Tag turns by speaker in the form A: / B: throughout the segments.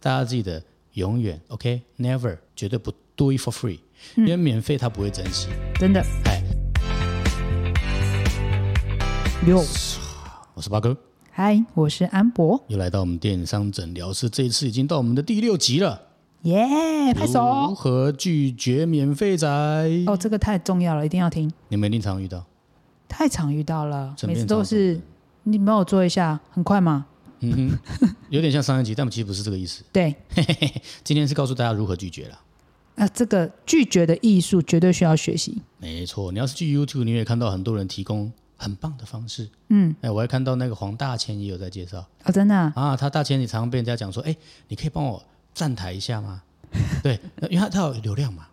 A: 大家记得永远 OK，never、绝对不 do it for free，、因
B: 嗯
A: 为免费他不会珍惜。
B: 真的。
A: 哎，
B: 六，
A: 我是八哥，
B: 嗨，我是安博，
A: 又来到我们电商诊疗室，这一次已经到我们的第六集了。
B: 耶、哎拍手！
A: 如何拒绝免费仔？
B: 哦，这个太重要了，一定要听，
A: 你们一定常遇到，
B: 太常遇到了，
A: 整
B: 每
A: 篇
B: 次
A: 超
B: 都是你帮我做一下，很快嘛？
A: 嗯哼，有点像上一集，但其实不是这个意思。
B: 对，
A: 今天是告诉大家如何拒绝啦。
B: 啊，这个拒绝的艺术绝对需要学习。
A: 没错，你要是去 YouTube，你也看到很多人提供很棒的方式。嗯，哎，我还看到那个黄大千也有在介绍
B: 哦，真 的啊、
A: 啊，他大千也常常被人家讲说，哎，你可以帮我站台一下吗？ 对，因为他他有流量嘛。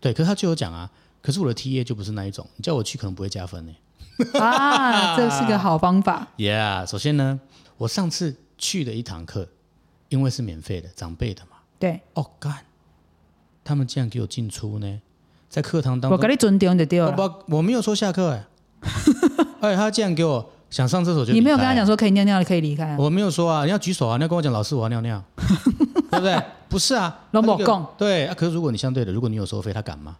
A: 对，可是他就有讲啊，可是我的 T A 就不是那一种，你叫我去可能不会加分呢、
B: 啊，这是个好方法。
A: Yeah，首先呢，我上次去的一堂课，因为是免费的，长辈的嘛。
B: 对，
A: 哦干，他们竟然给我进出呢，在课堂当
B: 我
A: 中
B: 给你准点就对
A: 我
B: 了。
A: 不，我没有说下课哎、 哎、他竟然给我想上厕所就
B: 你没有
A: 离
B: 跟
A: 开
B: 他讲说可以尿尿，可以离开啊？
A: 我没有说啊，你要举手啊，你要跟我讲老师我要尿 尿，对不对？不是啊，
B: 龙某
A: 他就给我
B: 共
A: 对啊。可是如果你相对的，如果你有收费，他敢吗？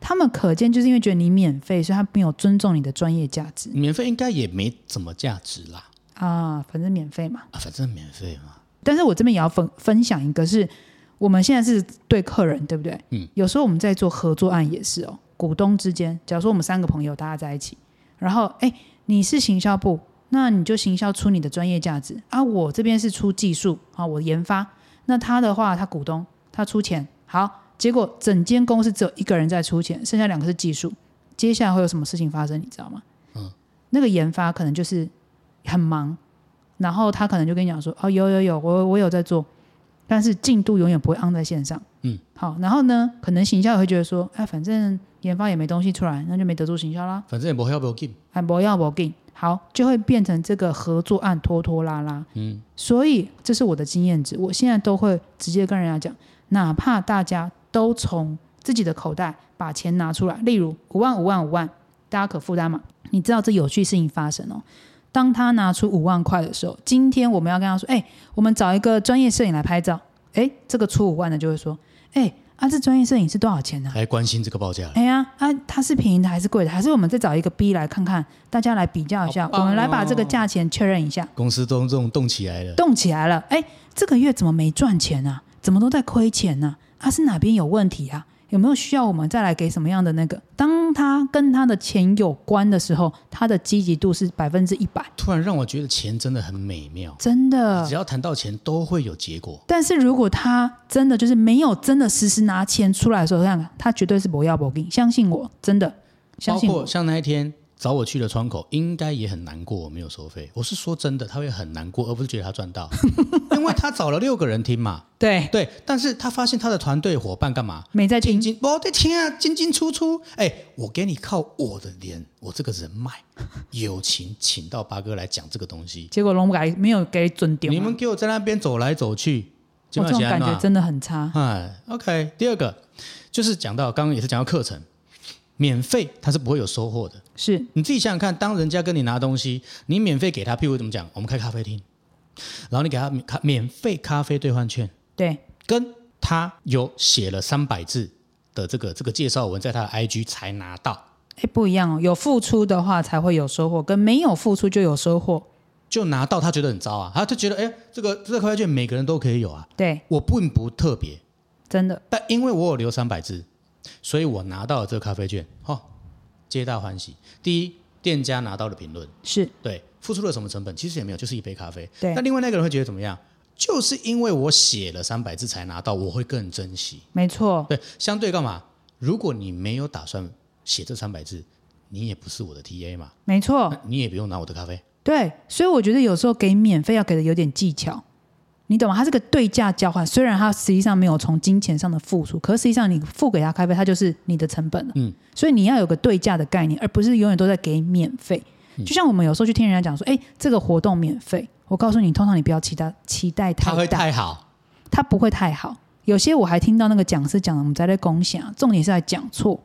B: 他们可见就是因为觉得你免费，所以他没有尊重你的专业价值
A: 免费应该也没怎么价值啦，
B: 啊，反正免费嘛。
A: 啊，反正免费嘛。
B: 但是我这边也要分分享一个是，我们现在是对客人，对不对？
A: 嗯，
B: 有时候我们在做合作案也是哦，股东之间，假如说我们三个朋友大家在一起，然后哎，你是行销部，那你就行销出你的专业价值啊，我这边是出技术啊，我研发，那他的话他股东他出钱，好，结果整间公司只有一个人在出钱，剩下两个是技术，接下来会有什么事情发生，你知道吗？
A: 嗯，
B: 那个研发可能就是很忙。然后他可能就跟你讲说，哦，有有有，我我有在做，但是进度永远不会 on 在线上。
A: 嗯，
B: 好，然后呢，可能行销也会觉得说，哎，反正研发也没东西出来，那就没得做行销啦，
A: 反正也不会要不要 g
B: 哎，不要不给，好，就会变成这个合作案拖拖拉拉。
A: 嗯，
B: 所以这是我的经验值，我现在都会直接跟人家讲，哪怕大家都从自己的口袋把钱拿出来，例如五万、五万、五万，大家可负担嘛？你知道这有趣事情发生哦。当他拿出五万块的时候，今天我们要跟他说，哎、我们找一个专业摄影来拍照，哎、这个出五万的就会说，哎、啊，这专业摄影是多少钱呢、
A: 还关心这个报价了。
B: 哎呀，啊，它是便宜的还是贵的？还是我们再找一个 B 来看看，大家来比较一下，
A: 好棒
B: 我们来把这个
A: 哦
B: 价钱确认一下。
A: 公司都这种动起来了，
B: 动起来了。哎，这个月怎么没赚钱啊？怎么都在亏钱呢、啊？是哪边有问题啊？有没有需要我们再来给什么样的那个？当他跟他的钱有关的时候，他的积极度是百分之一百，
A: 突然让我觉得钱真的很美妙。
B: 真的
A: 只。要谈到钱，都会有结果。
B: 但是如果他真的就是没有真的实时拿钱出来的时候，看看他绝对是不要不给，相信我，真的相
A: 包
B: 信
A: 括
B: 我。
A: 像那一天找我去的窗口，应该也很难过，我没有收费。我是说真的，他会很难过，而不是觉得他赚 到，因为他找了六个人听嘛，
B: 对，
A: 对。但是他发现他的团队伙伴干嘛？
B: 没在
A: 进
B: 听，
A: 进，我的天啊，进进出出，哎，我给你靠我的脸，我这个人脉、友情，请到八哥来讲这个东西。
B: 结果龙改没有给准点。
A: 你们给我在那边走来走去，
B: 我这种感觉
A: 嘛。
B: 真的很差。
A: 啊哎，OK，第二个就是讲到刚刚也是讲到课程，免费它是不会有收获的。
B: 是
A: 你自己想想看，当人家跟你拿东西，你免费给他，譬如怎么讲，我们开咖啡厅，然后你给他免咖免费咖啡兑换券，
B: 对，
A: 跟他有写了三百字的这个这个介绍文，在他的 IG 才拿到，
B: 哎，不一样哦。有付出的话才会有收获，跟没有付出就有收获。
A: 就拿到，他觉得很糟啊，他就觉得哎，这个这个咖啡券每个人都可以有啊，
B: 对，
A: 我并不特别，
B: 真的
A: 但因为我有留三百字，所以我拿到了这个咖啡券，哦，皆大欢喜。第一，店家拿到了评论。
B: 是
A: 对，付出了什么成本？其实也没有，就是一杯咖啡。
B: 对
A: 那另外那个人会觉得怎么样？就是因为我写了三百字才拿到，我会更珍惜。
B: 没错，
A: 对，相对干嘛？如果你没有打算写这三百字，你也不是我的 TA 嘛，
B: 没错，
A: 那你也不用拿我的咖啡。
B: 对。所以我觉得有时候给免费要给的有点技巧，你懂吗？它是个对价交换，虽然它实际上没有从金钱上的付出，可实际上你付给他开费，它就是你的成本了。
A: 嗯，
B: 所以你要有个对价的概念，而不是永远都在给免费。
A: 嗯
B: 就像我们有时候去听人家讲说，哎，这个活动免费，我告诉你，通常你不要期待期待
A: 他
B: 太
A: 会
B: 大，
A: 太好，
B: 它不会太好。有些我还听到那个讲师讲的，我们在在攻下，重点是在讲错，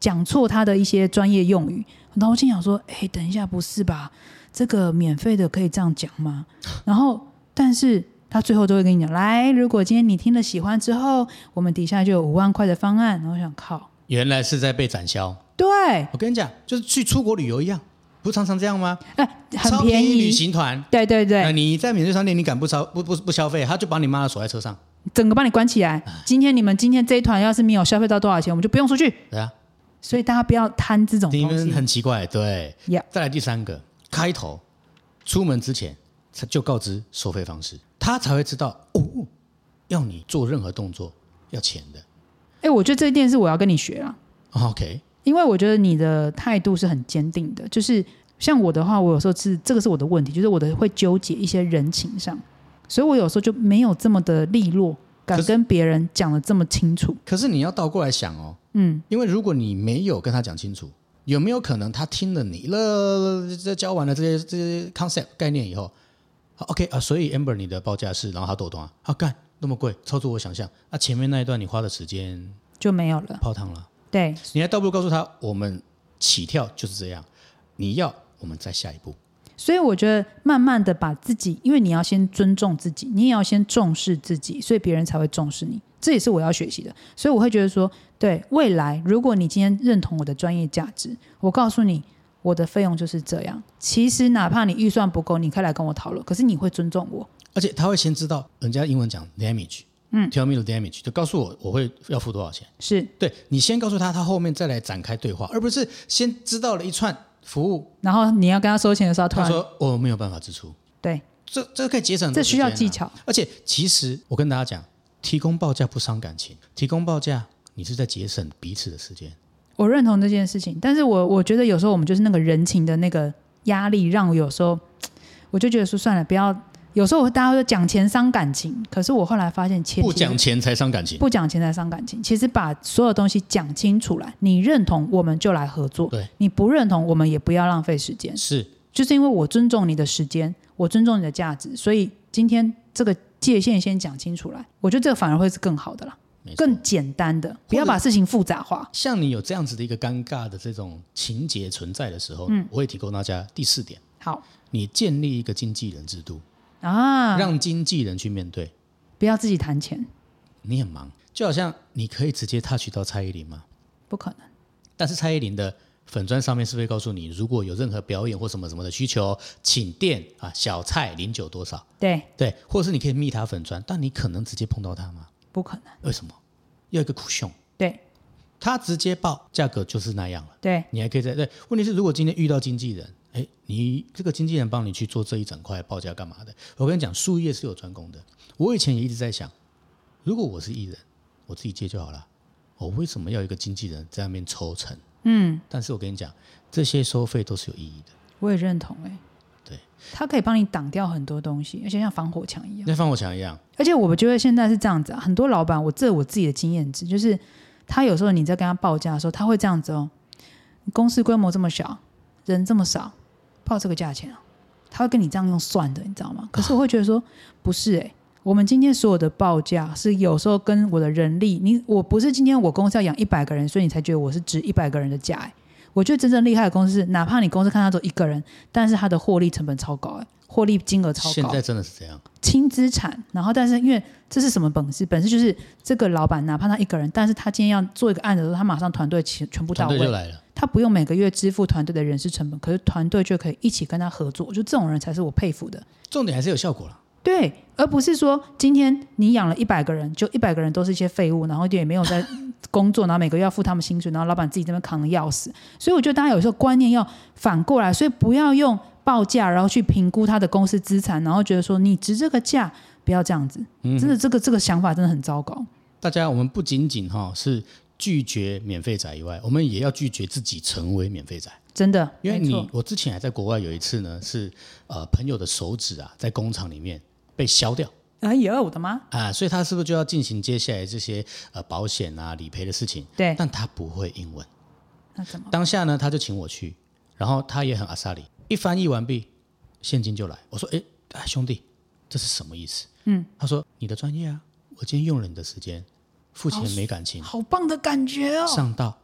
B: 讲错他的一些专业用语。然后我心想说，哎， 等一下，不是吧？这个免费的可以这样讲吗？然后，但是他最后都会跟你讲，来，如果今天你听了喜欢之后，我们底下就有五万块的方案。然后我想靠，
A: 原来是在被展销。
B: 对，
A: 我跟你讲，就是去出国旅游一样，不常常这样吗？
B: 哎，
A: 超
B: 很
A: 便
B: 便
A: 宜旅
B: 宜，
A: 行团，
B: 对对对
A: 呃，你在免税商店你敢不消不不不消费，他就把你妈的锁在车上，
B: 整个帮你关起
A: 哎
B: 来。今天你们今天这一团要是没有消费到多少钱，我们就不用出去。
A: 对啊，
B: 所以大家不要贪这种
A: 你
B: 东
A: 们
B: 西。
A: 很奇怪，对。
B: Yeah
A: 再来第三个，开头出门之前他就告知收费方式，他才会知道哦，哦要你做任何动作要钱的。
B: 哎，我觉得这一点是我要跟你学啊，
A: OK，
B: 因为我觉得你的态度是很坚定的。就是像我的话，我有时候是这个是我的问题，就是我的会纠结一些人情上，所以我有时候就没有这么的利落，敢
A: 可是
B: 跟别人讲的这么清楚。
A: 可是你要倒过来想哦，
B: 嗯，
A: 因为如果你没有跟他讲清楚，有没有可能他听了你了，这教完了这些这些 concept 概念以后好，OK 啊，所以 Amber 你的报价是，然后他抖动啊，啊干那么贵，超出我想象，啊前面那一段你花的时间
B: 就没有了。
A: 泡汤了，
B: 对，
A: 你还倒不如告诉他，我们起跳就是这样，你要我们再下一步，
B: 所以我觉得慢慢的把自己，因为你要先尊重自己，你也要先重视自己，所以别人才会重视你。这也是我要学习的。所以我会觉得说，对未来，如果你今天认同我的专业价值，我告诉你，我的费用就是这样。其实哪怕你预算不够，你可以来跟我讨论，可是你会尊重我。
A: 而且他会先知道人家英文讲 damage，嗯，tell me the damage，就告诉我我会要付多少钱。
B: 是，
A: 对你先告诉他，他后面再来展开对话，而不是先知道了一串服务，
B: 然后你要跟他收钱的时候，突
A: 他
B: 然
A: 说我没有办法支出，
B: 对，
A: 这这可以节省很多
B: 这需要
A: 时间啊
B: 技。巧。
A: 而且其实我跟大家讲，提供报价不伤感情，提供报价你是在节省彼此的时间。
B: 我认同这件事情，但是我我觉得有时候我们就是那个人情的那个压力，让我有时候我就觉得说算了，不要。有时候大家会讲钱伤感情，可是我后来发现前提
A: 不讲钱才伤感情，
B: 不讲钱才伤感情。其实把所有东西讲清楚来，你认同我们就来合作，
A: 对，
B: 你不认同我们也不要浪费时间。
A: 是
B: 就是因为我尊重你的时间，我尊重你的价值，所以今天这个界限先讲清楚来，我觉得这个反而会是更好的啦，
A: 没错。
B: 更简单的，不要
A: 或者
B: 把事情复杂化。
A: 像你有这样子的一个尴尬的这种情节存在的时候，
B: 嗯
A: 我会提供大家第四点，
B: 好
A: 你建立一个经纪人制度，
B: 啊，
A: 让经纪人去面对。
B: 不要自己谈钱。
A: 你很忙，就好像你可以直接 touch 到蔡依林吗？
B: 不可能。
A: 但是蔡依林的粉砖上面是不是会告诉你，如果有任何表演或什么什么的需求，请电啊小蔡零九多少？
B: 对，
A: 对，或者是你可以密他粉砖，但你可能直接碰到他吗？
B: 不可能。
A: 为什么？要一个 cushion，
B: 对
A: 他直接报价格就是那样啊了，
B: 对
A: 你还可以再对。问题是，如果今天遇到经纪人，哎，你这个经纪人帮你去做这一整块报价干嘛的？我跟你讲，术业是有专攻的。我以前也一直在想，如果我是艺人，我自己接就好了，我为什么要一个经纪人在那边抽成？嗯，但是我跟你讲，这些收费都是有意义的。
B: 我也认同哎、
A: 对，
B: 它可以帮你挡掉很多东西，而且像防火墙一样。
A: 那放我想一样，
B: 而且我觉得现在是这样子、啊，很多老板，我这我自己的经验值就是，他有时候你在跟他报价的时候，他会这样子哦，公司规模这么小，人这么少，报这个价钱啊，他会跟你这样用算的，你知道吗？ 可是我会觉得说，不是诶、我们今天所有的报价是有时候跟我的人力，你我不是今天我公司要养一百个人，所以你才觉得我是值一百个人的价、诶，我觉得真正厉害的公司是，哪怕你公司看他只有一个人，但是他的获利成本超高、诶，获利金额超高。
A: 现在真的是这样。
B: 轻资产，然后但是因为这是什么本事？本事就是这个老板哪怕他一个人，但是他今天要做一个案子的时候，他马上团队全全部到
A: 团队就
B: 位，
A: 来了，
B: 他不用每个月支付团队的人事成本，可是团队就可以一起跟他合作，我觉得这种人才是我佩服的。
A: 重点还是有效果了。
B: 对，而不是说今天你养了一百个人，就一百个人都是一些废物，然后也没有 在工作，然后每个月要付他们薪水，然后老板自己这边扛的要死。所以我觉得大家有时候观念要反过来，所以不要用报价然后去评估他的公司资产，然后觉得说你值这个价，不要这样子。
A: 嗯
B: 真的，这个这个想法真的很糟糕。
A: 大家，我们不仅仅哈、是拒绝免费仔以外，我们也要拒绝自己成为免费仔。
B: 真的，
A: 因为
B: 没错
A: 你，我之前还在国外有一次呢，是呃朋友的手指啊，在工厂里面被削掉
B: 哎呦我的妈！
A: 啊，所以他是不是就要进行接下来这些呃保险啊、理赔的事情？
B: 对，
A: 但他不会英文，
B: 那怎么？
A: 当下呢他就请我去，然后他也很阿萨里，一翻译完毕，现金就来。我说：“哎，哎兄弟，这是什么意思？”嗯，他说：“你的专业啊，我今天用了你的时间，付钱没感情，
B: 哦好棒的感觉哦，
A: 上道。”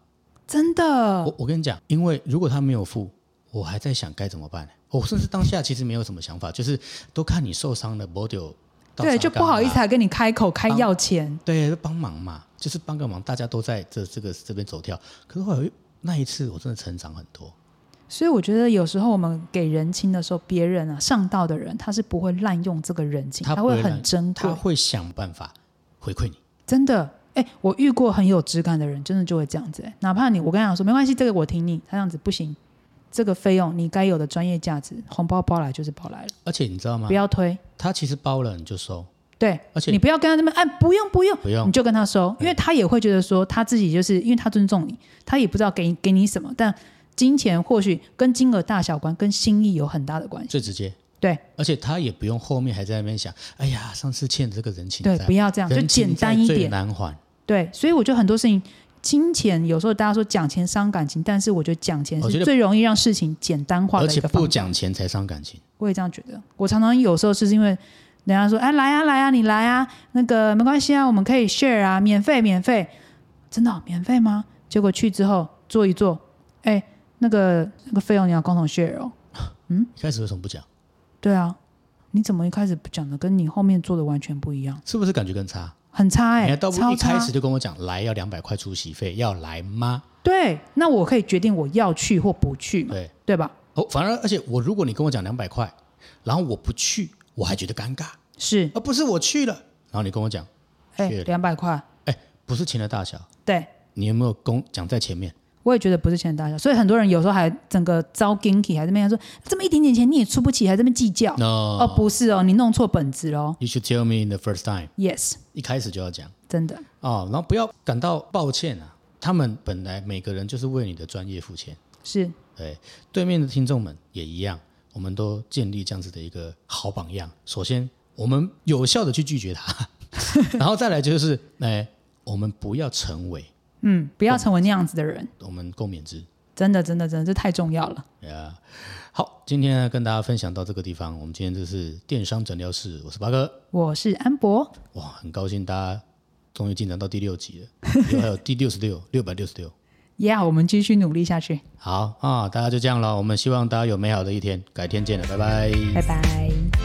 B: 真的。
A: 我我跟你讲，因为如果他没有付，我哦 还在想该怎么办。我甚至当下其实没有什么想法，就是都看你受伤了，我就倒
B: 对，
A: 茶
B: 就
A: 干
B: 不好
A: 嘛
B: 意思还啊跟你开口开
A: 帮
B: 要钱，
A: 对，帮忙嘛，就是帮个忙，大家都在这这个这边走跳。可是后来那一次，我真的成长很多。
B: 所以我觉得有时候我们给人情的时候，别人啊上道的人，他是不会滥用这个人情，
A: 他
B: 他
A: 不会
B: 会
A: 滥
B: 很珍贵
A: 他，会想办法回馈你。
B: 真的。哎、我遇过很有质感的人，真的就会这样子、哎哪怕你我跟他讲说没关系，这个我挺你，他这样子不行，这个费用你该有的专业价值，红包包来就是包来了，
A: 而且你知道吗
B: 不？要推。
A: 他其实包了你就收，
B: 对，
A: 而且
B: 你不要跟他这么哎，不用不用，
A: 不用
B: 你就跟他收，因为他也会觉得说他自己就是因为他尊重你，他也不知道给你给你什么，但金钱或许跟金额大小关，跟心意有很大的关系。
A: 最直接。
B: 对
A: 而且他也不用后面还在那边想，哎呀，上次欠的这个人情
B: 对，
A: 债
B: 不，要这样，就
A: 人情
B: 简单
A: 债
B: 一
A: 最
B: 点。
A: 难还。
B: 对，所以我觉得很多事情，金钱有时候大家说讲钱伤感情，但是我觉得讲钱
A: 我觉
B: 是
A: 得
B: 最容易让事情简单化
A: 而
B: 的一
A: 且
B: 个方
A: 不
B: 法。
A: 讲钱才伤感情。
B: 我也这样觉得。我常常有时候是因为人家说，哎，来啊来啊，你来啊，那个没关系啊，我们可以 share 啊，免费免费，真的哦、免费吗？结果去之后坐一坐，哎，那个那个费用你要共同 share 哦。
A: 一开始为什么不讲？
B: 对啊，你怎么一开始不讲的，跟你后面做的完全不一样，
A: 是不是感觉更差？
B: 很差
A: 你
B: 哎、
A: 还倒不如
B: 超
A: 一开
B: 差。
A: 始就跟我讲，来要两百块出席费，要来吗？
B: 对，那我可以决定我要去或不去嘛，
A: 对，
B: 对吧？
A: 哦，反而而且我如果你跟我讲两百块，然后我不去，我还觉得尴尬，
B: 是，
A: 而不是我去了，然后你跟我讲，
B: 哎，
A: Share
B: 两百块，
A: 哎，不是钱的大小，
B: 对。
A: 你有没有跟我讲在前面？
B: 我也觉得不是钱的大小，所以很多人有时候还整个遭 ginky，还这边说这么一点点钱你也出不起，还这边计较。
A: No，
B: 哦，不是哦，你弄错本质喽。
A: You should tell me in the first time，
B: Yes，
A: 一开始就要讲
B: 真的，
A: 哦，然后不要感到抱歉啊。他们本来每个人就是为你的专业付钱，
B: 是
A: 对，哎对面的听众们也一样，我们都建立这样子的一个好榜样。首先，我们有效的去拒绝他， 然后再来就是，哎，我们不要成为
B: 嗯，不要成为那样子的人，
A: 我们共勉之。哎
B: 真的，真的，真的，这太重要了。
A: 呀、好，今天呢跟大家分享到这个地方，我们今天这是电商诊疗室，我是八哥，
B: 我是安博，
A: 哇，很高兴大家终于进展到第六集了，以后还有第六十六、六百六十六。
B: yeah,，我们继续努力下去，
A: 好啊，大家就这样了。我们希望大家有美好的一天，改天见了，拜拜
B: 拜拜。